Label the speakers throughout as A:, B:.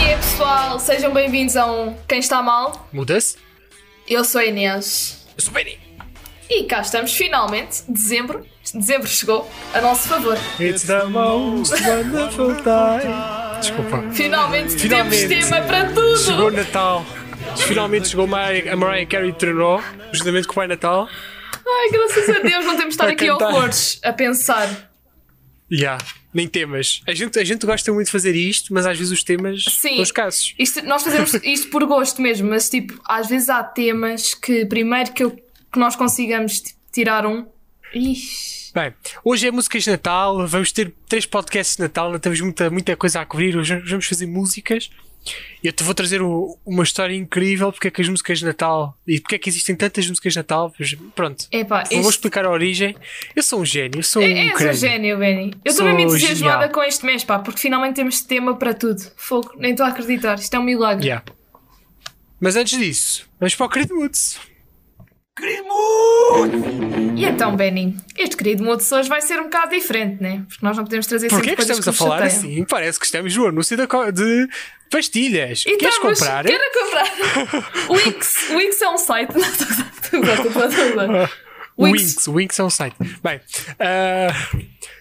A: é pessoal, sejam bem-vindos a um Quem Está Mal.
B: Muda-se?
A: Eu sou a Inês.
B: Eu sou o Benny.
A: E cá estamos finalmente, dezembro. Dezembro chegou a nosso favor.
B: It's the most wonderful time. Desculpa.
A: Finalmente,
B: Finalmente.
A: temos tema para tudo.
B: Chegou o Natal. Finalmente chegou Mar- a Mariah Carey Trenó, justamente com o Pai Natal.
A: Ai, graças a Deus, não temos de estar
B: Vai
A: aqui
B: cantar.
A: horrores a pensar.
B: Yeah, nem temas. A gente, a gente gosta muito de fazer isto, mas às vezes os temas
A: Sim.
B: são escassos.
A: Isto- nós fazemos isto por gosto mesmo, mas tipo, às vezes há temas que primeiro que, eu- que nós consigamos tipo, tirar um. Ixi.
B: Bem, hoje é músicas de Natal, vamos ter três podcasts de Natal, ainda temos muita, muita coisa a cobrir, hoje vamos fazer músicas. Eu te vou trazer o- uma história incrível porque é que as músicas de Natal e porque é que existem tantas músicas de Natal. Pois, Pronto,
A: Epá,
B: vou
A: isto-
B: explicar a origem. Eu sou um gênio, eu sou um
A: É, és um
B: crânio.
A: gênio, Benny. Eu estou
B: Sou
A: mesmo entusiasmada
B: genial.
A: com este mês, pá, porque finalmente temos tema para tudo. Fogo, nem estou a acreditar. Isto é um milagre.
B: Yeah. Mas antes disso, vamos para o Querido Moods.
A: E então, Benny, este querido moço hoje vai ser um bocado diferente, né? Porque nós não podemos trazer
B: Porquê é
A: sempre
B: que
A: coisas
B: estamos a
A: nos
B: falar
A: chateiam.
B: assim? Parece que estamos no anúncio da co- de pastilhas.
A: E
B: Queres
A: estamos-
B: comprar?
A: Então, Quero comprar. Wix. Wix é um site. Não, estou a gozar, estou a gozar, estou a gozar. Wix.
B: Winx, Winx é um site. Bem, ah,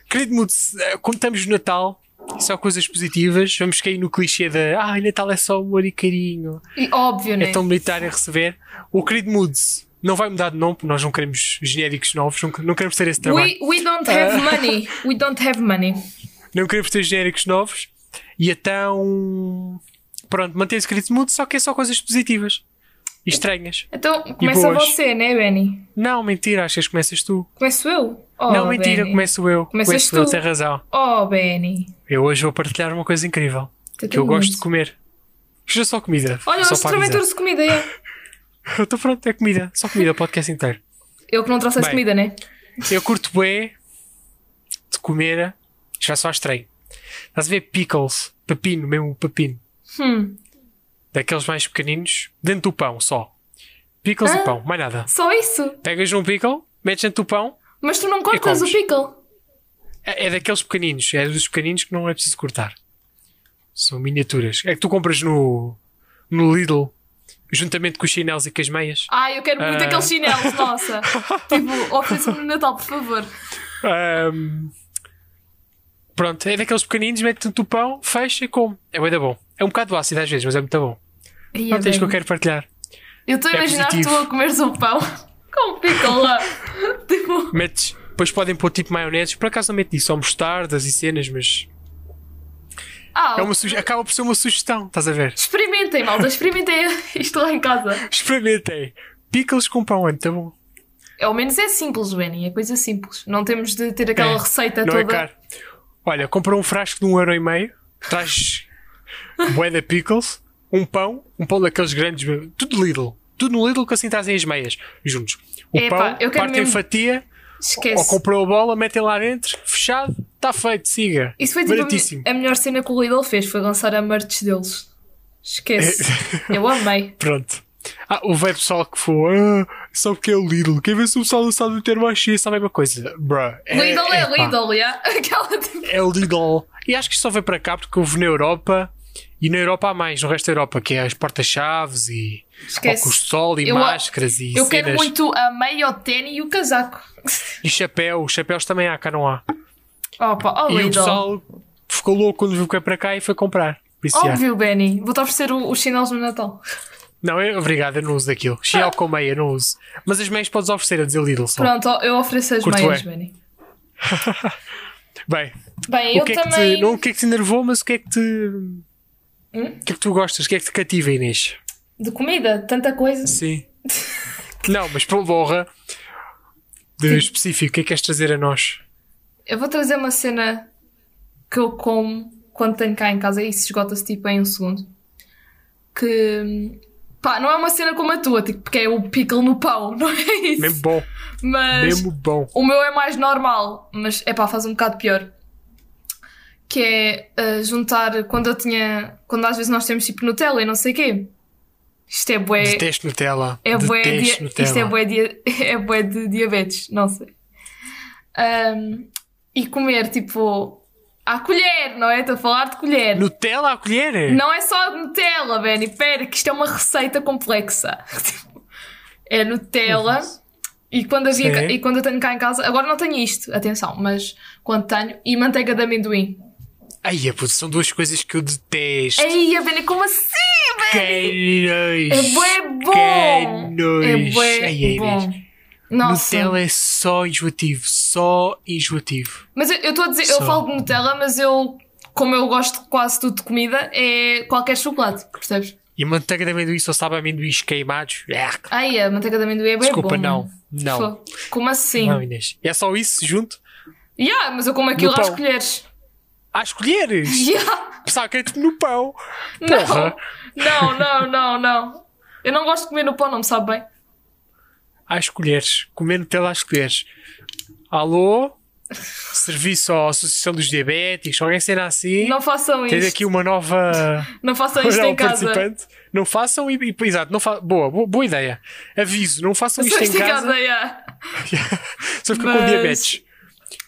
B: querido Mudo, ah, como estamos no Natal, só coisas positivas, vamos cair no clichê de ai, Natal é só amor e carinho,
A: E óbvio, né?
B: é tão militar a receber. O querido Mudo não vai mudar de nome, porque nós não queremos genéricos novos, não, não queremos ter esse trabalho.
A: We, we don't have money. We don't have money.
B: Não queremos ter genéricos novos, e então. Pronto, mantém-se querido Mudo, só que é só coisas positivas e estranhas.
A: Então, começa
B: boas.
A: você, né, Benny?
B: Não, mentira, achas que começas tu?
A: Começo eu? Oh,
B: não, mentira,
A: Benny.
B: começo eu.
A: Começas
B: começo eu,
A: tu.
B: tem razão.
A: Oh, Benny.
B: Eu hoje vou partilhar uma coisa incrível
A: Tá
B: que eu
A: tudo
B: gosto de
A: muito.
B: comer. Seja só comida.
A: Olha,
B: só
A: hoje também trouxe comida, é?
B: Estou pronto, é comida. Só comida, o podcast inteiro.
A: Eu que não trouxeste
B: Bem.
A: comida, né?
B: Eu curto bem de comer. Isto vai só estranho. Estás a ver pickles, pepino, mesmo o pepino.
A: Hum.
B: Daqueles mais pequeninos, dentro do pão só. Pickles
A: Ah.
B: e pão, mais nada.
A: Só isso?
B: Pegas um pickle, metes dentro do pão.
A: Mas tu não cortas o
B: comes.
A: pickle?
B: É, é daqueles pequeninos, é dos pequeninos que não é preciso cortar. São miniaturas. É que tu compras no, no Lidl, juntamente com os chinelos e com as meias.
A: Ai, eu quero muito
B: Ah.
A: aqueles chinelos, nossa. tipo, oferece-me no Natal, por favor.
B: Ahm, pronto, é daqueles pequeninos, mete no pão, fecha e come. É muito bom. É um bocado ácido às vezes, mas é muito bom.
A: Ai,
B: Pronto, é isto que eu
A: Benny.
B: quero partilhar.
A: Eu estou a
B: É
A: imaginar que tu
B: positivo.
A: a comeres um pão com um pickle lá. tipo,
B: Metes, depois podem pôr tipo maionese, por acaso não mete isso, ou mostardas e cenas, mas
A: ah,
B: é uma suge- acaba por ser uma sugestão, estás a ver?
A: experimentem, malta, experimentem isto lá em casa.
B: Experimentem. Pickles com pão, é muito bom.
A: Ao menos é simples, Benny, é coisa simples. Não temos de ter aquela
B: É,
A: receita
B: não
A: toda.
B: é caro. Olha, compra um frasco de um euro e meio, traz bué de pickles, um pão, um pão daqueles grandes, tudo Lidl. Tudo no Lidl que assim trazem as meias juntos. O
A: Epá,
B: pão,
A: eu quero
B: partem
A: mesmo-
B: fatia, ou
A: Esquece.
B: comprou a bola, metem lá dentro, fechado, está feito, siga.
A: Isso foi tipo a,
B: Baratíssimo.
A: me- a melhor cena que o Lidl fez, foi lançar a merch deles. Esquece. Eu amei.
B: Pronto. Ah, o velho pessoal que for, ah, só porque é o Lidl. Quem vê se o pessoal não sabe ter mais cheio, sabe a mesma coisa. Bruh. é-
A: Lidl é,
B: epá.
A: Lidl, yeah? Aquela tipo...
B: é o Lidl. E acho que isto só veio para cá porque houve na Europa e na Europa há mais, no resto da Europa, que é as portas-chaves e
A: Esquece.
B: óculos de sol e
A: Eu-
B: máscaras e
A: Eu quero
B: cenas
A: muito a meia, o tênis e o casaco.
B: e chapéu. Os chapéus também há, cá não há.
A: Opa, oh
B: E o
A: Lidl.
B: pessoal ficou louco quando viu que é para cá e foi comprar. Por isso, já.
A: Óbvio, Benny. Vou-te oferecer o- os chinelos no Natal.
B: Não, eu, obrigado, eu não uso daquilo. Chial com meia, não uso. Mas as meias podes oferecer, a dizer Lidl só.
A: Ah. Pronto, eu ofereço as
B: Curto é.
A: meias,
B: bem.
A: Benny.
B: Bem,
A: Bem,
B: o
A: eu
B: que, é que
A: também. Hum?
B: te, não o que é que te enervou, mas o que é que te. O que é que tu gostas? O que é que te cativa, Inês?
A: De comida, tanta coisa.
B: Sim. não, mas por borra de específico, o que é que queres trazer a nós?
A: Eu vou trazer uma cena que eu como quando tenho cá em casa e isso esgota-se tipo em um segundo. Que. Pá, não é uma cena como a tua, tipo, porque é o pickle no pão, não é isso?
B: Mesmo bom,
A: Mas.
B: mesmo bom.
A: O meu é mais normal, mas é pá, faz um bocado pior. Que é ah, juntar quando eu tinha. Quando às vezes nós temos tipo Nutella e não sei o quê. Isto é bué.
B: Detesto Nutella.
A: É bué,
B: Detesto
A: dia-
B: Nutella.
A: isto é bué, dia- é bué de diabetes, não sei. Ahm, e comer tipo À colher, não é? Estou a falar de colher.
B: Nutella à colher?
A: Não é só Nutella, Benny. Pera, que isto é uma receita complexa. é Nutella. E quando, havia
B: Sim.
A: ca- e quando eu tenho cá em casa, agora não tenho isto, atenção, mas quando tenho, e manteiga de amendoim.
B: Ai, é, putz, são duas coisas que eu detesto.
A: Ei, a Benny, como assim, Benny?
B: Que nojo.
A: É bué bom!
B: Que nojo.
A: É bué
B: Ai, ai,
A: bom.
B: Inês.
A: Nossa,
B: Nutella é só enjoativo, só enjoativo.
A: mas eu estou a dizer, eu
B: Só.
A: falo de Nutella, mas eu, como eu gosto de quase tudo de comida, é qualquer chocolate, percebes?
B: E manteiga de amendoim só sabe a amendoins queimados. Ah,
A: Ai, a manteiga de amendoim é bem
B: Desculpa,
A: bom.
B: não. Não.
A: Fô, Como assim?
B: Não, Inês. É só isso junto?
A: Yeah, mas eu como aquilo
B: No
A: às
B: pão.
A: colheres.
B: Às colheres!
A: Yeah.
B: Pensava que era tipo no pão. Porra.
A: Não, não, não, não, não. Eu não gosto de comer no pão, não me sabe bem.
B: Às colheres. Comer Nutella às colheres. Alô? Serviço à Associação dos Diabéticos. Alguém será assim?
A: Não façam
B: Tens
A: isto.
B: aqui uma nova...
A: Não façam isto
B: Não,
A: em casa.
B: participante. Não façam e, e exato, não fa boa, boa, boa ideia. Aviso, não façam isto
A: Façam
B: em
A: isto em casa,
B: casa.
A: yeah.
B: Só fica com
A: Mas- ah.
B: diabetes,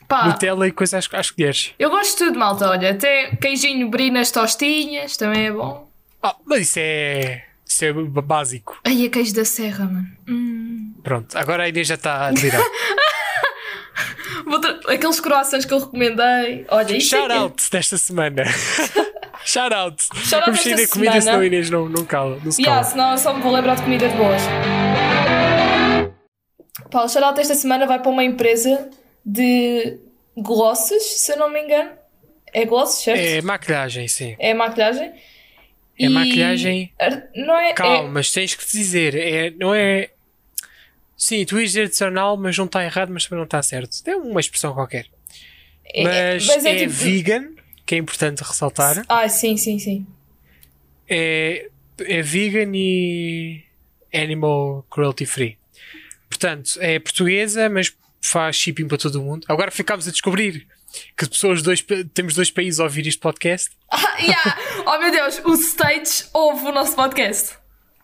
A: Pá,
B: Nutella e coisas às, às colheres.
A: eu gosto de tudo, malta. Olha, até queijinho brie nas tostinhas também é bom.
B: Ah, mas isso é isso é b- básico.
A: Ai, a queijo da serra, mano. Hum.
B: Pronto, agora a Inês já está a delirar.
A: Vou tra- Aqueles croissants que eu recomendei. Olha, isto
B: Shout
A: é que-
B: out desta semana. Shout out.
A: out
B: Vamos
A: desta
B: sair da comida,
A: semana.
B: senão a Inês não, não cala. Não se
A: Yeah,
B: cala.
A: ah, senão eu só me vou lembrar de comidas boas. Paulo, o shout-out esta semana vai para uma empresa de glosses, se eu não me engano. É glosses, certo?
B: É
A: É,
B: maquilhagem, sim.
A: maquilhagem.
B: É maquilhagem.
A: Ar- Não é...
B: Calma,
A: é-
B: mas tens que dizer. É, não é. Sim, tu ias dizer adicional, mas não está errado, mas também não está certo. É uma expressão qualquer.
A: é-
B: Mas,
A: mas
B: é, vegan, que é importante ressaltar.
A: Ah, sim, sim, sim.
B: É, é vegan e animal cruelty free. Portanto, é portuguesa, mas faz shipping para todo o mundo. Agora ficámos a descobrir que pessoas de dois, pa- temos dois países a ouvir este podcast.
A: Ah, yeah. Oh meu Deus, o States ouve o nosso podcast.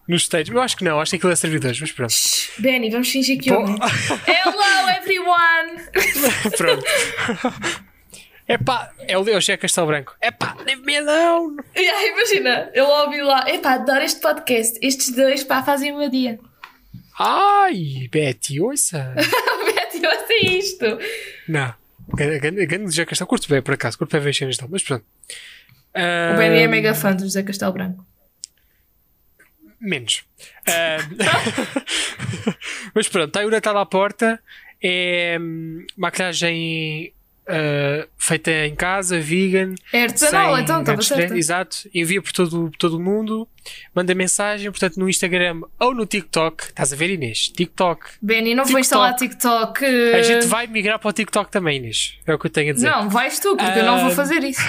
B: Nos States. Eu acho que não, acho que aquilo é servidores, mas pronto.
A: Shhh, Benny, vamos fingir que
B: Bom,
A: ouve. Hello everyone!
B: pronto. Epá, é o Leo José Castelo Branco. Epá, leave-me alone!
A: E aí, imagina, eu ouvi lá, epá, adoro este podcast, estes dois, pá, fazem o meu dia.
B: Ai, Betty, ouça!
A: Mete assim isto.
B: Não. Gan- gan- Grande José Castelo. Curto bem, por acaso. Curto bem ver as cenas dele. Mas pronto. Ah,
A: O Benny é mega fã do José Castelo Branco.
B: Menos. Ah, mas pronto. Está aí o Natal à porta. É hum, maquilhagem ah, feita em casa, vegan.
A: É artesanal,
B: sem
A: então, estava
B: gatos
A: certa.
B: de- Exato. Envia por todo, por todo o mundo. Manda mensagem, portanto, no Instagram ou no TikTok. Estás a ver, Inês? TikTok.
A: Benny, não vou instalar TikTok.
B: A gente vai migrar para o TikTok também, Inês. É o que eu tenho a dizer.
A: Eh, Não, vais tu, porque eu não vou
B: Ah.
A: fazer isso.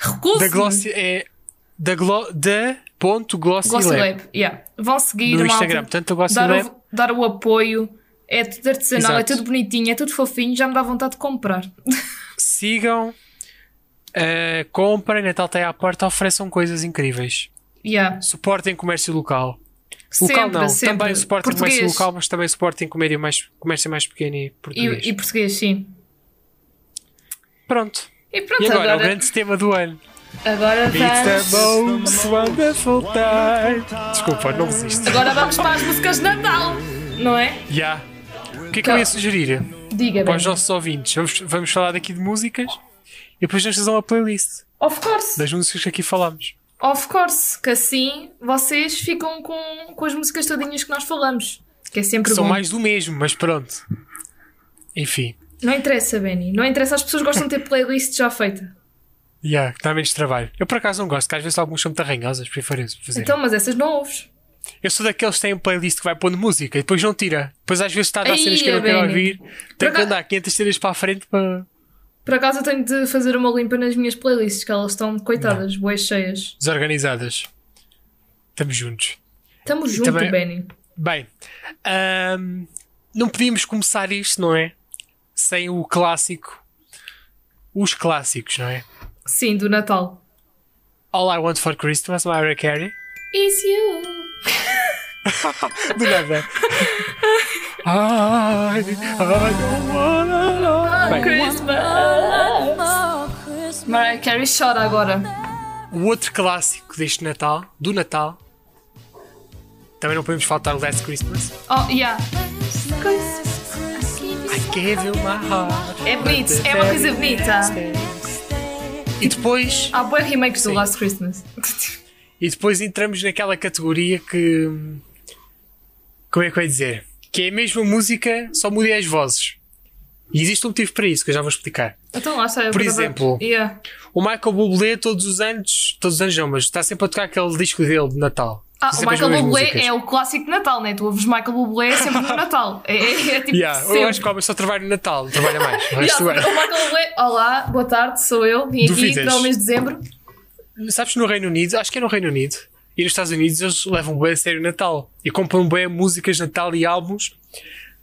B: Da
A: Recuso.
B: Glossy é da, glo, da ponto Glossy,
A: Glossy
B: Lab,
A: Lab. Yeah. Vão seguir,
B: no
A: malta,
B: Instagram. Portanto, a Glossy
A: dar,
B: Lab
A: o, dar o apoio. É tudo artesanal,
B: Exato.
A: é tudo bonitinho, é tudo fofinho, já me dá vontade de comprar.
B: sigam, eh, comprem, Natal está aí à porta, ofereçam coisas incríveis.
A: Yeah.
B: Suportem comércio local.
A: Sempre,
B: local não,
A: sempre.
B: também suportem comércio
A: Português.
B: local, mas também suportem comédio mais, comércio mais pequeno e português.
A: E, e português, sim.
B: Pronto.
A: E pronto,
B: E agora, o
A: agora,
B: grande tema do ano.
A: agora vamos.
B: most wonderful time. Desculpa, não resisto.
A: Agora vamos para as músicas de Natal, não é?
B: Já. O que é que eu
A: Tá.
B: ia sugerir?
A: Diga,
B: para os
A: bem.
B: nossos ouvintes. Vamos, vamos falar daqui de músicas e depois vamos fazer uma playlist
A: Of course,
B: das músicas que aqui falámos.
A: of course, que assim vocês ficam com, com as músicas todinhas que nós falamos. Que é sempre
B: São
A: bom.
B: mais do mesmo, mas pronto. Enfim,
A: Não interessa, Benny. Não interessa, as pessoas gostam de ter playlist já feita.
B: yeah, que dá menos trabalho. Eu por acaso não gosto, que às vezes algumas são muito arranhosas, prefiro fazer.
A: Então, mas essas não ouves.
B: Eu sou daqueles que têm um playlist que vai pondo música e depois não tira. Depois às vezes está a dar
A: Ai,
B: cenas que eu não quero
A: Benny.
B: ouvir, tenho que
A: acaso-
B: andar 500 cenas para a frente para.
A: Por acaso eu tenho de fazer uma limpa nas minhas playlists, que elas estão, coitadas, boas cheias.
B: desorganizadas. Estamos juntos.
A: Tamo junto,
B: também-
A: Benny.
B: Bem, ahm, não podíamos começar isto, não é? Sem o clássico. Os clássicos, não é?
A: Sim, do Natal.
B: All I Want for Christmas, Mariah Carey.
A: It's you.
B: Do nada. I, I don't wanna know. Bem,
A: Christmas.
C: Oh, Christmas.
A: Mariah Carey chora agora.
B: O outro clássico deste Natal, do Natal, também não podemos faltar o Last Christmas.
A: Oh, yeah.
B: I gave you my heart.
A: É bonito, é uma coisa bonita.
B: E depois,
A: Há boas remakes do
B: Sim.
A: Last Christmas.
B: e depois entramos naquela categoria que. Como é que eu ia dizer? Que é a mesma música, só mudei as vozes. E existe um motivo para isso que eu já vou explicar.
A: Então lá está. eu
B: Por
A: pensava-
B: exemplo.
A: Yeah.
B: O Michael Bublé todos os anos, todos os anos não, mas está sempre a tocar aquele disco dele de Natal.
A: Ah, o
B: Sempre as
A: Michael
B: mesmas
A: Bublé
B: músicas.
A: é o clássico de Natal, né? Tu ouves Michael Bublé sempre no Natal. É, é- é tipo
B: Yeah,
A: sempre.
B: eu acho que o homem só trabalha no Natal, não trabalha mais. O resto é do
A: Yeah,
B: ano.
A: o Michael Bublé, olá, boa tarde, sou eu. Vim aqui
B: Duvidas.
A: para o mês de dezembro.
B: Sabes, no Reino Unido, acho que é no Reino Unido, e nos Estados Unidos eles levam bem a sério o Natal e compram bem músicas de Natal e álbuns.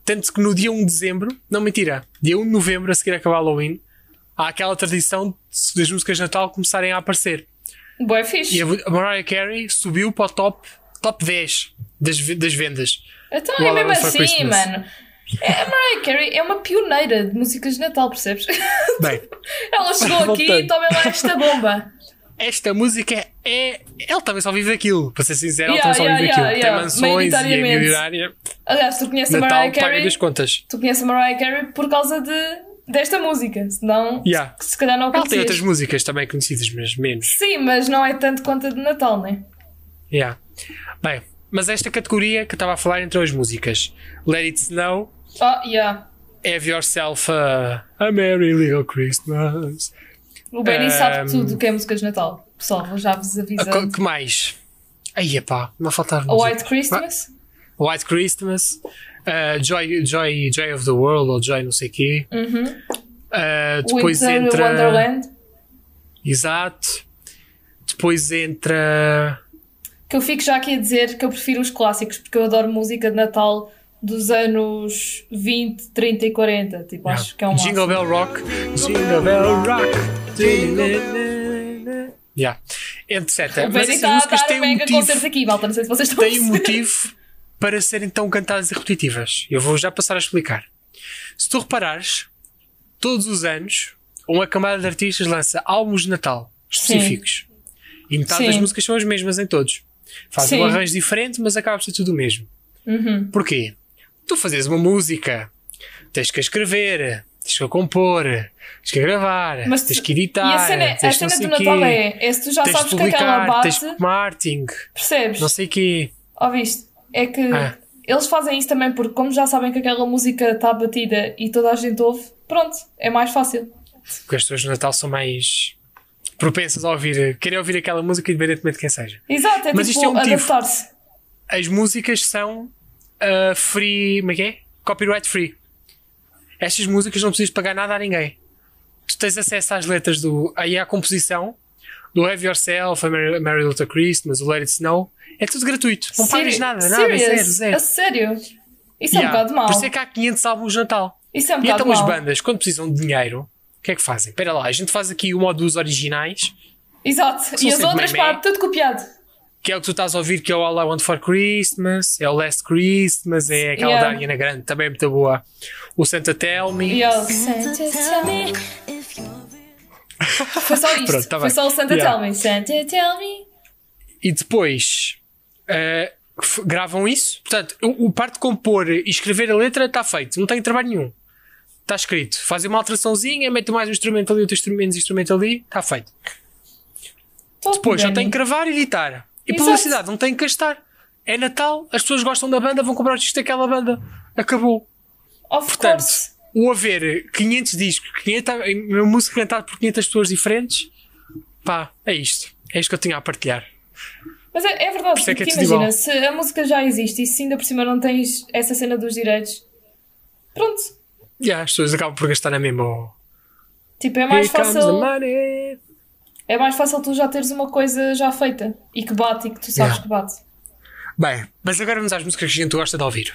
B: Tanto que no dia 1 de dezembro, não mentira, dia 1 de novembro, a seguir a acabar o Halloween, há aquela tradição de- das músicas de Natal começarem a aparecer.
A: Boa,
B: E
A: fixe.
B: a a Mariah Carey subiu para o top, top 10 das, ve- das vendas.
A: Então
B: Well,
A: é
B: I
A: mesmo
B: was for
A: assim,
B: Christmas.
A: mano. É, a Mariah Carey é uma pioneira de músicas de Natal, percebes?
B: Bem,
A: Ela chegou aqui
B: Voltando.
A: e toma lá esta bomba.
B: esta música é. Ele também só vive aquilo, para ser sincero,
A: Yeah,
B: ele também só
A: yeah,
B: vive
A: yeah,
B: aquilo.
A: yeah,
B: Tem mansões e é
A: maioritariamente.
B: milionária.
A: Aliás, tu conheces a
B: Natal
A: Mariah
B: paga
A: Carey.
B: das contas.
A: Tu conheces a Mariah Carey por causa de, desta música, senão
B: Yeah.
A: se calhar não
B: Ela tem
A: conhecias.
B: outras músicas também conhecidas, mas menos.
A: Sim, mas não é tanto quanto a de Natal, né?
B: Yeah. Bem, mas esta categoria que eu estava a falar entre as músicas: Let It Snow,
A: Oh, yeah.
B: Have Yourself a, a Merry Little Christmas.
A: O Benny
B: Um,
A: sabe tudo o que é músicas de Natal. Pessoal, vou já vos
B: A co-
A: avisando.
B: que mais? Aí, pá, não faltar
A: A
B: música.
A: White Christmas.
B: White Christmas, uh, Joy, Joy, Joy of the World ou Joy não sei quê. Uh, depois
A: Uhum. Winter
B: entra.
A: Wonderland.
B: Exato. Depois entra.
A: Que eu fico já aqui a dizer que eu prefiro os clássicos, porque eu adoro música de Natal dos anos 20, 30 e 40. Tipo, acho que é um
B: Jingle Bell Rock. Jingle Bell Rock. Yeah. Etc.
A: O
B: Mas
A: Benny
B: essas
A: está a
B: músicas
A: dar um
B: têm um
A: mega concerto
B: motivo,
A: aqui, malta. Não sei se vocês estão a
B: têm um
A: perceber.
B: motivo para serem tão cantadas e repetitivas. Eu vou já passar a explicar. Se tu reparares, todos os anos, uma camada de artistas lança álbuns de Natal específicos. E metade das
A: Sim.
B: músicas são as mesmas em todos. Faz
A: Sim. Uhum.
B: um arranjo diferente, mas acaba por ser tudo o mesmo. Porquê? Tu fazes uma música, tens que a escrever, tens que a compor, tens que a gravar,
A: Mas
B: tens que editar,
A: E a cena, a
B: tens
A: cena
B: não sei
A: do Natal
B: quê,
A: é, é se tu já
B: tens
A: sabes
B: de
A: que aquela
B: publicar,
A: base,
B: tens de marketing,
A: percebes?
B: não sei quê.
A: Ouviste? É que
B: Ah.
A: eles fazem isso também porque, como já sabem que aquela música está batida e toda a gente ouve, pronto, é mais fácil.
B: Porque as pessoas no Natal são mais propensas a ouvir, querem ouvir aquela música independentemente de quem seja.
A: Exato, é
B: Mas
A: tipo
B: isto é um motivo.
A: adaptar-se.
B: as músicas são ah, free. Como é que é? Copyright free. Estas músicas não precisas pagar nada a ninguém. Tu tens acesso às letras do. aí à composição do Have Yourself, a Merry, a Merry Little Christmas, o Let It Snow. É tudo gratuito. Não pagas
A: Sério?
B: nada, nada,
A: Serious?
B: zero, zero.
A: A sério? Isso
B: Yeah.
A: é um bocado mau.
B: Por isso é que há 500 álbuns de Natal.
A: Isso é um
B: E
A: bocado
B: então as
A: mau.
B: bandas, quando precisam de dinheiro, o que é que fazem? Espera lá, a gente faz aqui uma ou duas originais
A: Exato. E as
B: sempre
A: outras,
B: meio
A: pá,
B: meio.
A: tudo copiado.
B: que é o que tu estás a ouvir, que é o All I Want for Christmas, é o Last Christmas, é aquela
A: Yeah.
B: da Ariana Grande, também é muito boa. O Santa Tell Me.
A: E ó,
C: Santa, tell me if you're
A: foi só isto.
B: Pronto, tá
A: foi
B: bem.
A: só o Santa
B: Yeah.
A: Tell Me. Santa Tell Me.
B: E depois eh, f- gravam isso. Portanto, o, o parte de compor e escrever a letra está feito, não tem trabalho nenhum. Está escrito. Fazem uma alteraçãozinha, metem mais um instrumento ali, outro instrumento, menos instrumento ali, está feito.
A: Top,
B: Depois já
A: Benny.
B: tem que gravar e editar. E
A: Exato.
B: publicidade, não tem que gastar. É Natal, as pessoas gostam da banda, vão comprar o disco daquela banda. Acabou.
A: Of
B: Portanto, um
A: course.
B: o haver 500 discos, 500, uma música cantada por 500 pessoas diferentes, pá, é isto. É isto que eu tinha a partilhar.
A: Mas é, é verdade,
B: isso é que
A: porque
B: é
A: imagina,
B: desigual.
A: se a música já existe e se ainda por cima não tens essa cena dos direitos, pronto.
B: E as pessoas acabam por gastar na mesma. Oh,
A: Tipo, é mais
B: here comes the
A: fácil.
B: money.
A: É mais fácil tu já teres uma coisa já feita e que bate e que tu sabes
B: Yeah.
A: que bate.
B: Bem, mas agora vamos às músicas que a gente gosta de ouvir.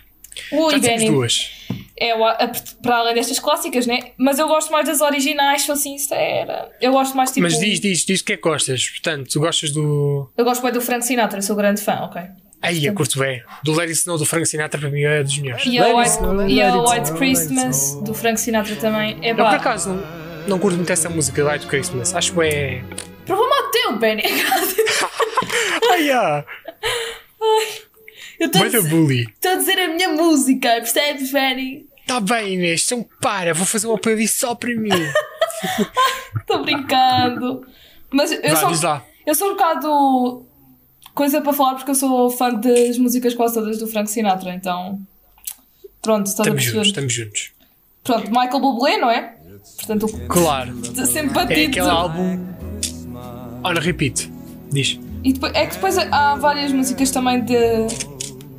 A: Ui,
B: Já temos
A: Benny.
B: duas.
A: É o- a- para além destas clássicas, né? Mas eu gosto mais das originais, sou sincera. Eu gosto mais tipo.
B: Mas diz, diz, diz o que é que gostas. Portanto, tu gostas do.
A: Eu gosto bem do Frank Sinatra, sou grande fã, ok?
B: Aí, eu curto bem. Do Larry Snow, do Frank Sinatra, para mim é dos melhores.
A: E a
B: Let it
A: White,
B: snow,
A: e a
B: let it
A: White
B: snow, let it
A: Christmas
B: snow.
A: do Frank Sinatra também é
B: Eu, por
A: pá.
B: acaso, não- não curto muito essa música, Light Christmas. Acho que é.
A: Problema teu, Benny.
B: Ai, ah,
A: Eu estou a
B: Bada
A: dizer-
B: bully.
A: estou a dizer a minha música, percebes, Benny?
B: Tá bem, Inês, então para, vou fazer uma playlist só para mim.
A: Estou brincando. Mas eu
B: Vá, diz
A: sou,
B: lá.
A: eu sou um bocado coisa para falar porque eu sou fã das músicas quase todas do Frank Sinatra, então. Pronto, estás a
B: Estamos juntos,
A: perceber.
B: estamos juntos.
A: Pronto, Michael Bublé, não é? Portanto, o-
B: Claro,
A: sempre
B: é
A: batido.
B: aquele álbum. On repeat, diz.
A: E depois, é que depois há várias músicas também de,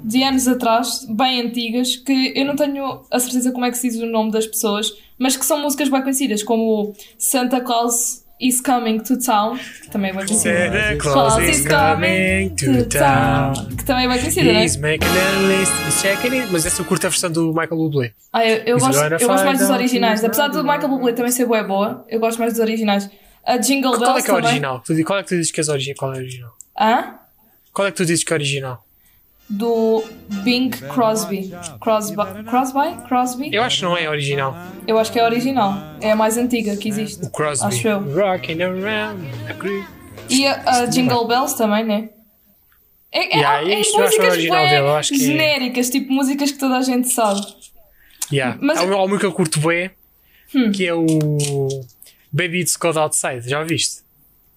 A: de anos atrás, bem antigas, que eu não tenho a certeza como é que se diz o nome das pessoas, mas que são músicas bem conhecidas, como Santa Claus is Coming to Town, que também é bem conhecida.
B: Santa Claus is coming to town.
A: Que também é bem conhecida, não é?
B: He's making a list and checking it. Mas essa eu curto a versão do Michael Bublé.
A: Ah, eu, eu
B: He's
A: gosto,
B: gonna
A: eu gosto mais
B: find
A: dos
B: out
A: originais,
B: who's
A: apesar do
B: naughty.
A: Michael Bublé também ser bué boa, eu gosto mais dos originais. A Jingle Bells
B: Qual é que é o
A: também.
B: original? Tu di- Qual é que tu dizes que é o origi- qual é o original?
A: Hã?
B: Qual é que tu dizes que é o original?
A: Do Bing Crosby. Crosby? Crosby? Crosby?
B: Eu acho que não é original.
A: Eu acho que é a original. É a mais antiga que existe.
B: O Crosby.
A: Acho eu.
B: Rocking around the creek.
A: E a, a Jingle Bells também, né? É, é,
B: Yeah,
A: há- é
B: isto eu acho
A: músicas
B: original
A: bué
B: dele, eu acho que-
A: genéricas, tipo músicas que toda a gente sabe.
B: Yeah.
A: Mas- Hum.
B: Há um álbum que eu curto bem, que é o Baby It's Cold Outside. Já viste?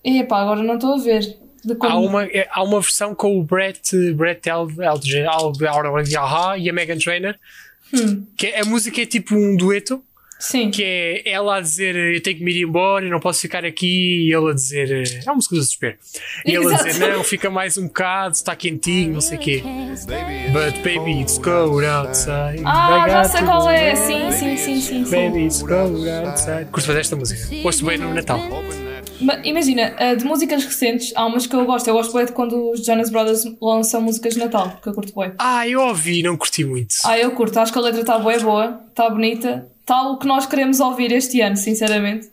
A: Epá, agora não estou a ver. De como...
B: Há uma, é- há uma versão com o Brett, Brett Eldridge e a Megan Trainor.
A: Hum.
B: Que a música é tipo um dueto.
A: Sim.
B: que é ela a dizer eu tenho que me ir embora, eu não posso ficar aqui, e ele a dizer eh, é uma música de desespero. E ele a
A: Exato.
B: dizer não, fica mais um bocado, está quentinho, não sei o quê. But baby, it's cold outside.
A: Ah,
B: I
A: já
B: got
A: sei
B: to
A: qual é.
B: go.
A: Sim, sim, sim, sim. sim.
B: Baby, it's cold outside. Curto bem desta música. Gosto bem no Natal.
A: Ma- Imagina, eh, de músicas recentes, há umas que eu gosto. Eu gosto bem de quando os Jonas Brothers lançam músicas de Natal, que eu curto bem.
B: Ah, eu ouvi, não curti muito.
A: Ah, eu curto. Acho que a letra está boa, boa, está bonita. Está o que nós queremos ouvir este ano, sinceramente.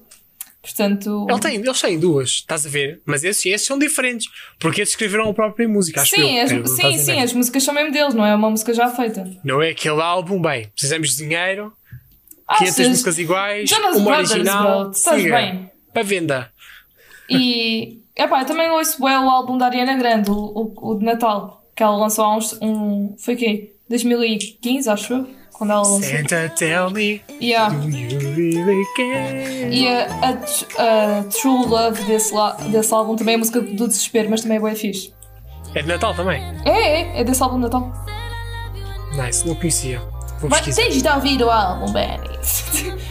A: Portanto.
B: Ele tem, eles têm duas, estás a ver? Mas esses, esses são diferentes, porque eles escreveram a própria música, acho
A: Sim,
B: eu. é,
A: as,
B: Quero-
A: sim,
B: estás a
A: sim,
B: ver?
A: as músicas são mesmo deles, não é uma música já feita.
B: Não é aquele álbum, bem, precisamos de dinheiro,
A: Ah,
B: 500
A: vocês-
B: músicas iguais,
A: Jonas
B: uma
A: Brothers,
B: original.
A: bro, estás
B: siga.
A: bem.
B: Para venda.
A: E epá, eu também ouço bem o álbum da Ariana Grande, o, o, o de Natal, que ela lançou há uns. Um, foi quê? 2015, acho eu. Quando ela lançou.
B: Santa, tell me,
A: Yeah.
B: do you really care?
A: E a, a tr- a True Love desse, la- desse álbum também é música do desespero, mas também é boa fixe.
B: É de Natal também.
A: É, é, é desse álbum de Natal.
B: Nice, não conhecia. Vou
A: Vai,
B: pesquisar.
A: tens de ouvir o álbum, Benny.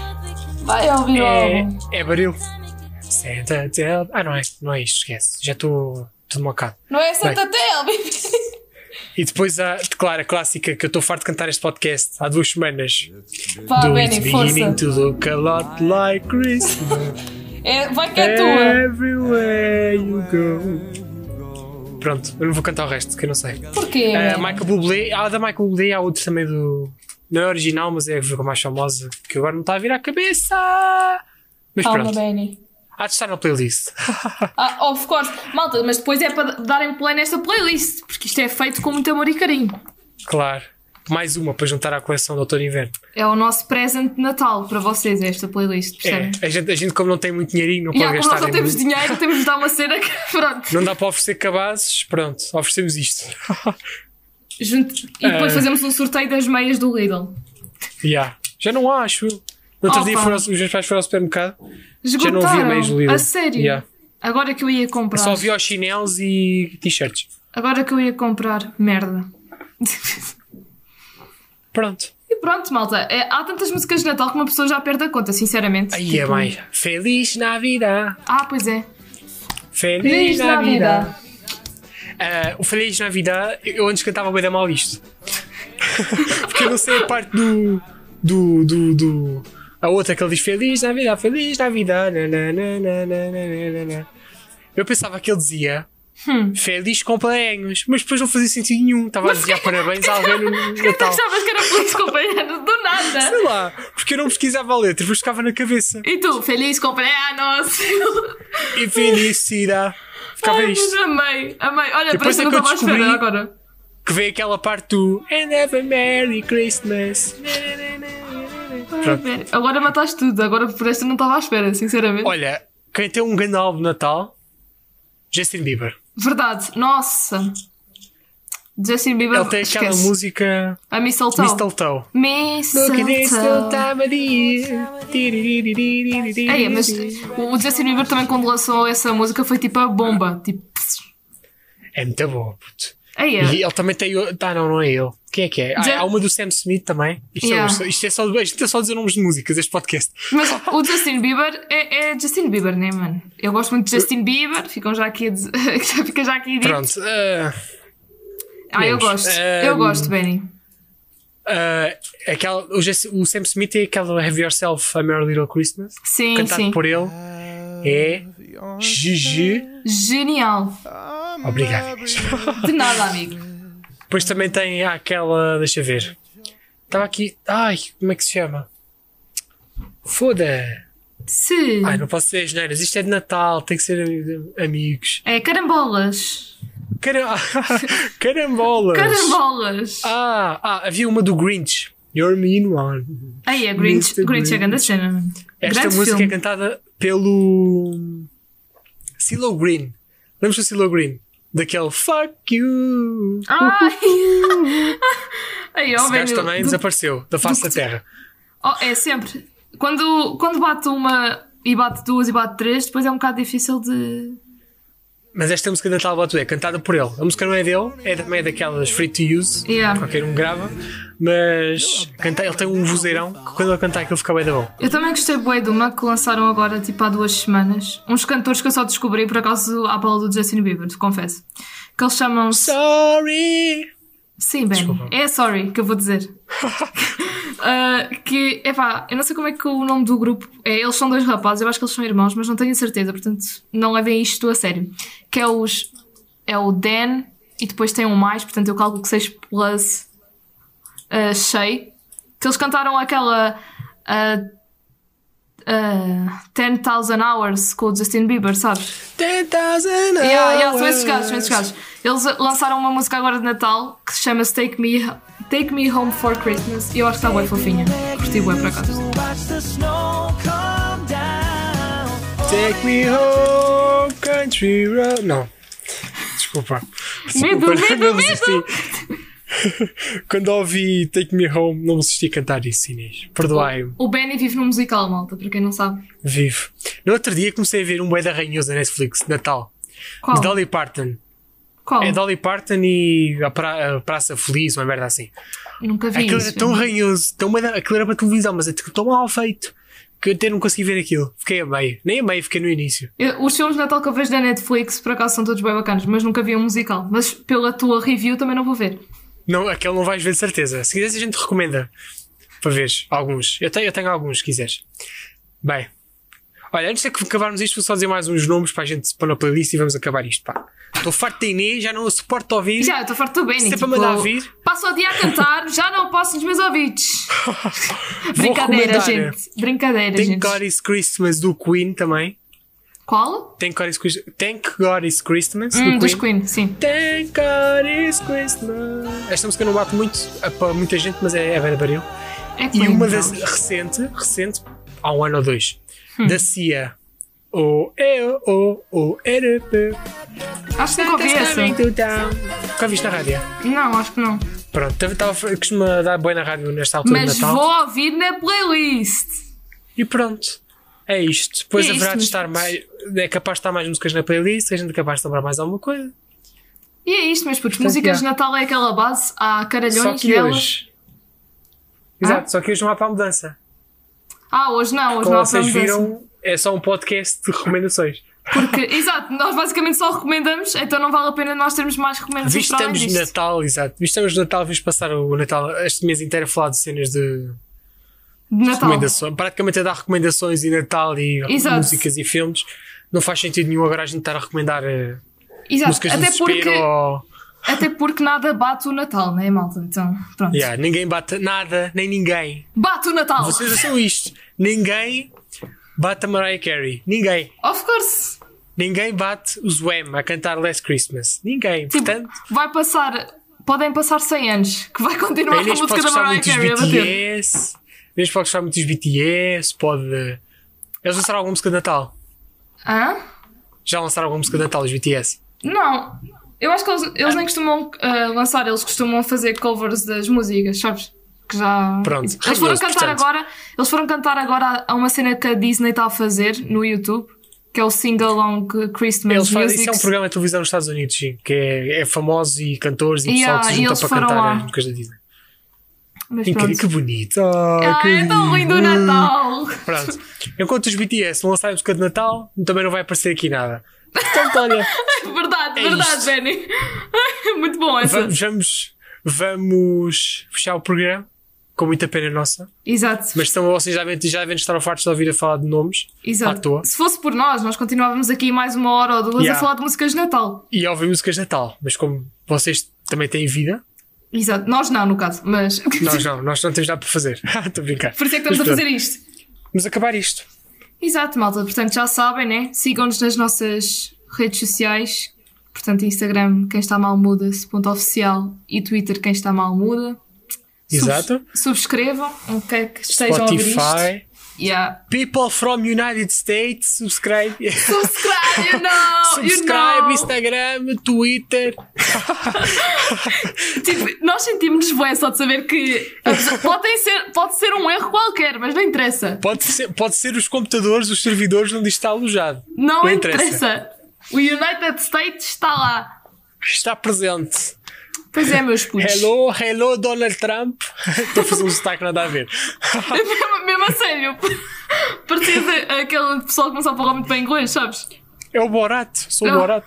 A: Vai ouvir o álbum.
B: É, é baril. Santa, tell Ah, não é, não é isto, esquece. Já estou tudo mocado.
A: Não é Santa Tel, baby.
B: E depois há, claro, a clássica que eu estou farto de cantar este podcast há duas semanas.
A: Vá,
B: do It's
A: Benny, Tá força.
B: beginning to look a lot like Christmas
A: É, vai que é tua.
B: everywhere you go. Pronto, eu não vou cantar o resto, que eu não sei.
A: Porquê?
B: É,
A: Benny?
B: Michael Bublé, há da Michael Bublé, há outro também do. Não é original, mas é a versão mais famosa, que agora não está a vir à cabeça. Mas
A: Calma,
B: pronto,
A: Benny.
B: há de estar na playlist.
A: Ah, of course. Malta, mas depois é para darem play nesta playlist, porque isto é feito com muito amor e carinho.
B: claro, mais uma para juntar à coleção do Outono e Inverno.
A: É o nosso presente de Natal para vocês, esta playlist,
B: É,
A: percebem?
B: a gente, a gente, como não tem muito dinheirinho, não
A: E
B: pode
A: há, como
B: gastar.
A: nós não
B: em
A: temos
B: muito.
A: dinheiro, temos de dar uma cena que. Pronto.
B: Não dá para oferecer cabazes, pronto, oferecemos isto.
A: Junte- E depois
B: É.
A: fazemos um sorteio das meias do Lidl.
B: yeah. Já não acho. No outro
A: Opa.
B: dia foram, aos- os meus pais foram ao supermercado, já não
A: Esgotaram.
B: havia meios do Lidl.
A: A sério?
B: Yeah.
A: Agora que eu ia comprar.
B: Só havia os chinelos e t-shirts.
A: Agora que eu ia comprar. Merda.
B: Pronto.
A: E pronto, malta. é- há tantas músicas de Natal que uma pessoa já perde a conta, sinceramente.
B: Aí é
A: Tipo,
B: bem. Feliz Navidad!
A: Ah, pois é.
B: Feliz, Navidad! Ah, o Feliz Navidad, eu antes cantava bem da mal isto. Porque eu não sei a parte do. do. do. do- a outra que ele diz Feliz Navidad, Feliz Navidad. na, na, na, na, na, na, na, na. Eu pensava que ele dizia Hum. Feliz companheiros, mas depois não fazia sentido nenhum. Estava a dizer "Ah, parabéns a alguém no
A: Tu
B: Natal.
A: achavas que era feliz companheiro do nada.
B: Sei lá, porque eu não pesquisava a letra, buscava na cabeça.
A: E tu, feliz companheiros.
B: E felicidade. Ficava
A: Ai,
B: isto.
A: mas amei, amei. Olha,
B: Depois
A: parece
B: é
A: que não
B: que eu
A: estava à espera
B: descobri-
A: agora.
B: Que vem aquela parte do And have a Merry Christmas. Pronto.
A: É, Agora mataste tudo, agora por esta não estava à espera, sinceramente.
B: Olha, quem tem um grande álbum de Natal, Justin Bieber.
A: Verdade, nossa. Justin Bieber,
B: Ele tem aquela
A: esquece.
B: música
A: A Mistletoe.
B: Mistletoe.
A: Mistletoe. Ei, é, mas o Justin Bieber também quando lançou essa música foi tipo a bomba. Tipo. pss.
B: É muito bom. puto.
A: Ei, é.
B: E ele também tem. o- Ah, não, não é ele. Quem é que é? Ah,
A: Ja-
B: há uma do Sam Smith também. Isto, é-
A: Yeah.
B: isto é, só, a gente é só a dizer nomes de músicas, este podcast.
A: Mas o Justin Bieber é, é Justin Bieber, né, mano? Eu gosto muito de Justin Bieber, ficam já aqui a dizer. Fica já aqui a dizer.
B: Pronto. ah,
A: Ah, eu
B: menos.
A: gosto. Eu
B: Um,
A: gosto, Benny.
B: ah, aquela, o, Jess- o Sam Smith é aquela Have Yourself a Merry Little Christmas.
A: Sim,
B: cantado
A: sim.
B: por ele. É. GG.
A: Genial.
B: Obrigado.
A: De nada, amigo.
B: Depois também tem aquela. Deixa eu ver. Estava aqui. Ai, como é que se chama? Foda!
A: Se.
B: Ai, não posso dizer as neiras. Isto é de Natal, tem que ser am- amigos.
A: É carambolas.
B: Cara... Carambolas!
A: Carambolas.
B: Ah, ah, havia uma do Grinch. You're a mean one.
A: Aí é Grinch.
B: Mr.
A: Grinch é grande cena. mano.
B: Esta
A: Grande
B: música
A: filme.
B: é cantada pelo. CeeLo Green. Lembras do CeeLo Green? Daquele Fuck You!
A: Ai! Aí, ó,
B: Esse gajo
A: velho.
B: também
A: Ah,
B: é
A: do-
B: desapareceu da face
A: do-
B: da terra.
A: Oh, é sempre. Quando, quando bate uma e bate duas e bate três, depois é um bocado difícil de.
B: Mas esta música de Natal Batu é cantada por ele. A música não é dele, é também daquelas free to use,
A: Yeah.
B: qualquer um grava, mas canta, ele tem um vozeirão que quando ele cantar aquilo fica bem da bom.
A: Eu também gostei bué de uma que lançaram agora, tipo, há duas semanas. Uns cantores que eu só descobri por acaso à bola do Justin Bieber, te confesso. Que eles chamam-se.
B: Sorry!
A: Sim, bem.
B: Desculpa.
A: É sorry que eu vou dizer. Ah, que, epá, eu não sei como é que o nome do grupo é. Eles são dois rapazes, eu acho que eles são irmãos, mas não tenho certeza, portanto, não levem isto a sério. Que é os. É o Dan e depois tem um mais, portanto, eu calculo que 6 plus ah, Shay. Que eles cantaram aquela. ah, ah, 10,000 Hours com o Justin Bieber, sabes?
B: 10,000
A: Yeah, yeah, são
B: hours.
A: esses gajos, são esses gajos. Eles uh, lançaram uma música agora de Natal que se chama-se Take Me, Take Me Home for Christmas e eu acho que está bem fofinha. Curti bem por acaso.
D: Watch the snow come down.
B: Take me home, country road. Não. Desculpa.
A: Medo,
B: Quando-
A: medo,
B: quando eu
A: medo.
B: assisti- Quando ouvi Take Me Home, não me assisti a cantar isso, Inês. Perdoai-me.
A: O Benny vive num musical, malta, para quem não sabe.
B: Vivo. No outro dia comecei a ver um bué da ranhoso na Netflix, de Natal,
A: Qual? Oh.
B: de Dolly Parton.
A: Qual?
B: É Dolly Parton e a, Pra- a Praça Feliz, uma merda assim.
A: Nunca vi
B: Aquilo era
A: isso.
B: tão ranhoso, tão bué da- aquilo era para televisão, mas é tão mal feito que eu até não consegui ver aquilo. Fiquei a meio. Nem a meio, fiquei no início.
A: Eu- os filmes de Natal que eu vejo da Netflix, por acaso, são todos bem bacanas, mas nunca vi um musical. Mas pela tua review também não vou ver.
B: Não, aquele não vais ver de certeza. Se quiseres, a gente recomenda para ver alguns. Eu tenho, eu tenho alguns, se quiseres. Bem. Olha, antes de acabarmos isto, vou só dizer mais uns nomes para a gente pôr na playlist e vamos acabar isto, pá. Estou farto da Inês, já não a suporto ouvir.
A: Já, eu estou farto do Benny.
B: Sempre a
A: tipo,
B: é mandar vir.
A: Passo o dia a cantar, já não posso nos meus ouvidos.
B: Vou
A: Brincadeira,
B: recomendar,
A: gente. Brincadeira,
B: Tem
A: gente.
B: God is Christmas do Queen também.
A: Qual?
B: Thank God It's Christmas. Thank God It's Christmas.
A: Hum,
B: do
A: dos
B: Queen.
A: Queen, sim.
B: Thank God It's Christmas. Esta música não bate muito a- para muita gente, mas é, é bem baril.
A: É
B: E
A: Queen,
B: uma
A: então.
B: das recente, recente, há um ano ou dois,
A: Hum.
B: da Cia. Oh, é, oh, oh, era.
A: Acho que nunca
B: Tá
A: ouvi essa.
B: Nunca viste na rádio?
A: Não, acho que não.
B: Pronto, tava- tava- costuma dar bem na rádio nesta altura
A: Mas
B: de Natal.
A: vou ouvir na playlist.
B: E pronto. É isto. Depois
A: É
B: haverá
A: isto,
B: de
A: meus
B: estar
A: putos.
B: mais. É capaz de estar mais músicas na playlist, a gente é capaz de lembrar mais alguma coisa.
A: E é isto, meus putos. Músicas de
B: já.
A: Natal é aquela base. Há
B: Só
A: caralhões
B: que
A: delas.
B: hoje. Exato, só que hoje não há para a mudança.
A: Ah, hoje não, Ah? hoje
B: Como
A: não há
B: vocês
A: para mudança.
B: viram, é só um podcast de recomendações.
A: Porque, exato, nós basicamente só recomendamos, então não vale a pena nós termos mais recomendações para além
B: Vistamos de
A: disto.
B: Natal, exato. Vistamos de Natal, vamos passar o Natal este mês inteiro a falar de cenas de
A: De Natal.
B: recomendações. Praticamente a dar recomendações e Natal e
A: Exato.
B: músicas e filmes. Não faz sentido nenhum agora a gente estar a recomendar eh,
A: Exato,
B: músicas de
A: até
B: desespero
A: porque,
B: ou.
A: até porque nada bate o Natal, não é, malta? Então, pronto.
B: Yeah, ninguém bate nada, nem ninguém.
A: Bate o Natal!
B: Vocês são isto. Ninguém bate a Mariah Carey. Ninguém.
A: Of course! Tipo,
B: Ninguém bate o Zwem a cantar Last Christmas. Ninguém.
A: Tipo,
B: Portanto,
A: vai passar. Podem passar 100 anos, que vai
B: a
A: continuar com a
B: Inês
A: música
B: pode
A: da
B: gostar
A: Mariah é
B: muito dos
A: Carey a bater.
B: BTS. Mesmo pode gostar muito dos BTS, pode. eh, Eles lançaram alguma música de Natal. um.
A: Hã?
B: Já lançaram alguma música de Natal, os BTS.
A: Não. Eu acho que eles, eles nem costumam ah, lançar, eles costumam fazer covers das músicas, sabes? Que já.
B: Pronto,
A: Eles foram
B: radioso,
A: cantar
B: portanto.
A: agora. Eles foram cantar agora a uma cena que a Disney está a fazer no YouTube, que é o Sing Along Christmas
B: Eles fazem,
A: Music.
B: isso é um programa de televisão nos Estados Unidos, sim, que é, é famosos e cantores e
A: Yeah,
B: pessoal que
A: e
B: se junta
A: eles
B: para
A: foram
B: cantar
A: lá.
B: as músicas da Disney.
A: Mas
B: Incrível,
A: pronto.
B: que bonito. Oh,
A: Ah,
B: que
A: é tão ruim do
B: lindo.
A: Natal!
B: Pronto. Enquanto os BTS não lançarem música de Natal, também não vai aparecer aqui nada. Portanto, olha,
A: Verdade,
B: É
A: verdade,
B: isto.
A: Benny. Muito bom essa.
B: vamos, vamos, vamos fechar o programa com muita pena nossa.
A: Exato.
B: Mas estão, vocês já devem, já devem estar fartos de ouvir a falar de nomes à toa
A: Exato. Se fosse por nós, nós continuávamos aqui mais uma hora ou duas
B: Yeah.
A: a falar de músicas de Natal.
B: e a ouvir músicas de Natal. Mas como vocês também têm vida,
A: Exato. Nós não, no caso, mas.
B: nós não, nós não temos nada para fazer. Estou a brincar.
A: por isso é que estamos
B: Mas
A: a fazer
B: pronto,
A: isto.
B: Vamos acabar isto.
A: Exato, malta. Portanto, já sabem, né? Sigam-nos nas nossas redes sociais. Portanto, Instagram, quem está mal muda-se, ponto oficial. E Twitter, quem está mal muda. Subs-
B: Exato.
A: subscrevam, onde quer que estejam a ouvir isto.
B: Spotify.
A: Yeah.
B: People from United States, subscribe.
A: Subscribe, you know! Oh, you
B: subscribe,
A: know.
B: Instagram, Twitter. é-
A: Tipo, nós sentimos-nos bem só de saber que podem ser, pode ser um erro qualquer, mas não interessa.
B: Pode ser, pode ser os computadores, os servidores onde isto está alojado.
A: Não,
B: Não interessa.
A: interessa. O United States está lá.
B: Está presente.
A: Pois é, meus putos.
B: Hello, hello, Donald Trump. Estou a fazer um sotaque nada a ver.
A: Mesmo, mesmo a sério. Parecia de- aquele pessoal que não sabe falar muito bem inglês, sabes?
B: É o Borat, sou o
A: Não.
B: Borat.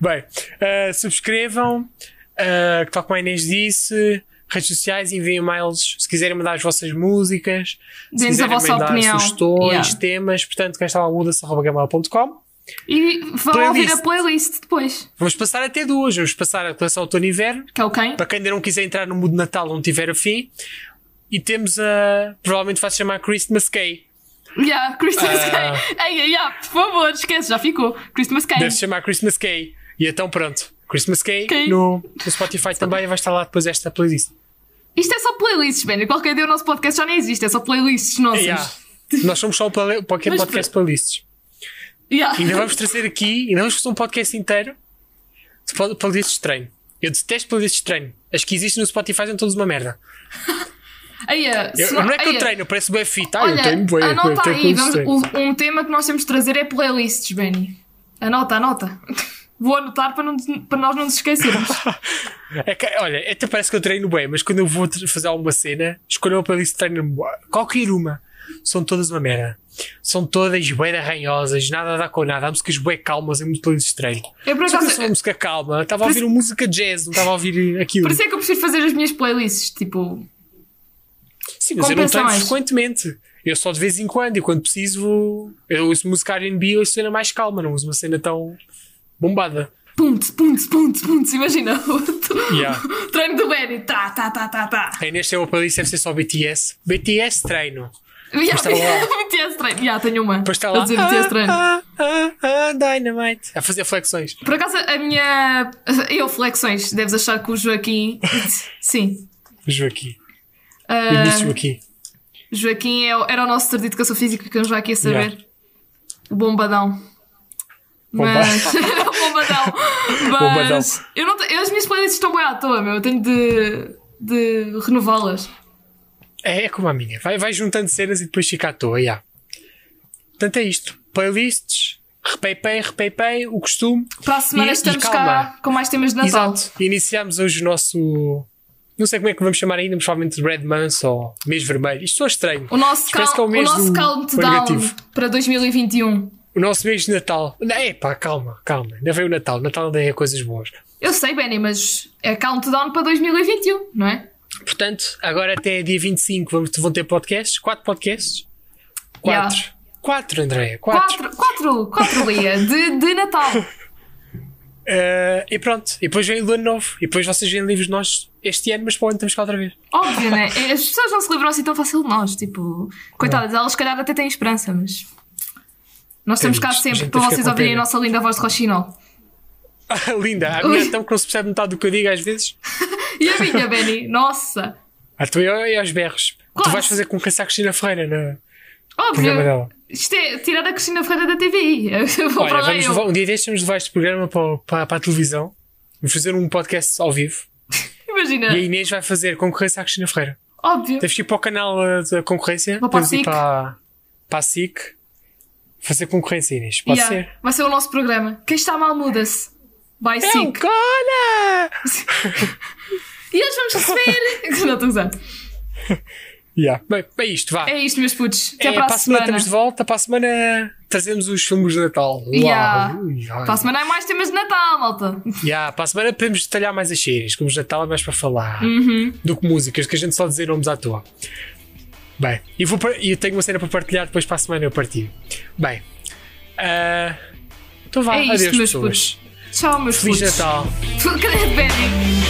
B: Bem, eh, subscrevam, eh, que tal como a Inês disse, redes sociais, enviem e-mails se quiserem mandar as vossas músicas, se
A: Dê-nos a
B: quiserem
A: vossa
B: mandar
A: opinião.
B: sugestões,
A: Yeah.
B: temas, portanto, quem está lá muda-se.gmail.com.
A: E vão
B: Playlist.
A: ouvir a playlist depois.
B: Vamos passar até duas, vamos passar a coleção outono e inverno,
A: Que é o quem?
B: para quem ainda não quiser entrar no mundo de Natal, não tiver a fim. E temos a. Provavelmente vai se chamar Christmas Kay.
A: Yeah, Christmas
B: Ah.
A: Game. Ei, ei, yeah, por favor, esquece, já ficou. Christmas Game.
B: Deve-se chamar Christmas Kay. E então pronto. Christmas Kay
A: Kay.
B: No, no Spotify também vai estar lá depois esta playlist.
A: Isto é só playlists, Benny. Qualquer dia o nosso podcast já nem existe, é só playlists nossas.
B: Yeah. Nós somos só um play- qualquer
A: Mas
B: podcast playlists.
A: Yeah.
B: Ainda vamos trazer aqui, ainda vamos fazer um podcast inteiro de pl- playlists de treino. Eu detesto playlists de treino. As que existem no Spotify são todas uma merda.
A: Aí, é,
B: Eu-
A: se
B: não é que eu
A: aí é.
B: treino, parece bem fit. Ah,
A: Olha,
B: eu treino bem. eu
A: anota
B: tenho
A: aí.
B: playlists de
A: vamos-
B: treino.
A: o- um tema que nós temos de trazer é playlists, Benny. Anota, anota. Vou anotar para, não, para nós não nos esquecermos.
B: É que, olha, até parece que eu treino bem, mas quando eu vou tre- fazer alguma cena, escolho uma playlist de treino, qualquer uma, são todas uma merda. São todas bem arranhosas, nada a dar com nada. Há músicas bem calmas em muito playlist de treino.
A: Eu, por
B: Só que eu
A: acaso,
B: sou uma música calma, estava a
A: Por isso-
B: ouvir uma música jazz, não estava a ouvir aquilo.
A: por isso é que eu prefiro fazer as minhas playlists. Tipo,
B: Sim, mas eu não
A: compensa
B: treino
A: mais.
B: frequentemente. Eu só de vez em quando, e quando preciso, vou- eu uso música RB ou uso cena mais calma, não uso uma cena tão bombada.
A: punts, punts, punts, punts. Imagina. o
B: Yeah.
A: Treino do Benny. Tá, tá, tá, tá, tá.
B: Aí neste é uma playlist, deve ser só BTS. BTS treino.
A: Yeah,
B: está tá lá.
A: BTS treino. Yeah, tenho uma.
B: Depois está tá lá.
A: A dizer BTS treino.
B: Ah, ah, ah, ah, Dynamite. A fazer flexões.
A: Por acaso, a minha. Eu, flexões. Deves achar que o Joaquim. Sim.
B: Joaquim.
A: Ah,
B: Uh... Início aqui.
A: Joaquim é o- era o nosso setor de educação física que eu já aqui a saber.
B: Yeah.
A: O bombadão.
B: Bomba-
A: Mas. o bombadão. Mas.
B: Bombadão.
A: Eu não te- eu- as minhas playlists estão bem à toa, meu. Eu tenho de, de renová-las.
B: É, é como a minha. Vai, vai juntando cenas e depois fica à toa. Yeah. Portanto, é isto. Playlists. Repay-pay, repay-pay. O costume.
A: Para a semana
B: E- e
A: estamos
B: calma.
A: cá com mais temas de Natal.
B: Exato. Iniciámos hoje o nosso. Não sei como é que vamos chamar ainda, mas provavelmente Red Month ou mês vermelho. Isto é estranho.
A: O nosso, cal-
B: Parece que é o
A: o
B: mês
A: nosso
B: do-
A: countdown
B: do negativo.
A: para 2021.
B: O nosso mês de Natal. Não, É pá, calma, calma. Ainda veio o Natal. Natal ainda é coisas boas.
A: Eu sei, Benny, mas é countdown para 2021, não é?
B: Portanto, agora até dia 25 vamos, vão ter podcasts. Quatro podcasts. Quatro.
A: Yeah.
B: Quatro, Andréia. Quatro.
A: Quatro, quatro, quatro Lia, de, de Natal.
B: Eh, e pronto. E depois vem o ano novo. E depois vocês veem livros nós este ano, mas para o ano estamos cá outra vez.
A: Óbvio, né? As pessoas não se livram assim tão fácil de nós. Tipo, coitadas, elas se calhar até têm esperança, mas. Nós estamos cá
B: isto, a
A: sempre
B: gente
A: para
B: fica
A: vocês
B: com
A: ouvirem a
B: pena.
A: nossa linda voz de Rochinol.
B: Ah, Linda. A
A: Ui.
B: minha então que não se percebe metade do que eu digo às vezes.
A: E a minha, Benny? Nossa!
B: Ah, tu é aos berros. Tu
A: Quase.
B: vais fazer com que a Cristina Ferreira no programa
A: Óbvio.
B: dela.
A: Isto é tirar a Cristina Ferreira da TVI. Eu vou
B: Olha,
A: para lá
B: vamos
A: eu.
B: levar, um dia destes vamos levar este programa para, o- para, para a televisão. Vamos fazer um podcast ao vivo.
A: Imagina.
B: E a Inês vai fazer concorrência à Cristina Ferreira.
A: Óbvio.
B: Deves ir para o canal eh, da concorrência.
A: Vou para a
B: deves ir
A: SIC.
B: para, para a SIC. Fazer concorrência, Inês. Pode
A: Yeah.
B: ser.
A: Vai ser o nosso programa. Quem está mal muda-se. Vai
B: É um
A: sim.
B: cola!
A: E hoje vamos receber. Não estou a usar.
B: Yeah. Bem, é isto, vá.
A: É isto, meus putos. Até
B: É,
A: para a semana.
B: estamos de volta. Para a semana trazemos os filmes de Natal. Uau!
A: Yeah.
B: Ui, ai.
A: Para a semana há mais temas de Natal, malta.
B: Yeah, para a semana podemos detalhar mais as séries, como os de Natal é mais para falar
A: Uhum.
B: do que músicas, que a gente só dizer nomes à toa. Bem, e vou par- e tenho uma cena para partilhar, depois para a semana eu partilho. Bem, ah, então vá,
A: É isto,
B: Ah, adeus
A: meus
B: pessoas.
A: putos. Tchau, meus
B: Feliz
A: putos.
B: Natal.
A: Cadê a Benny?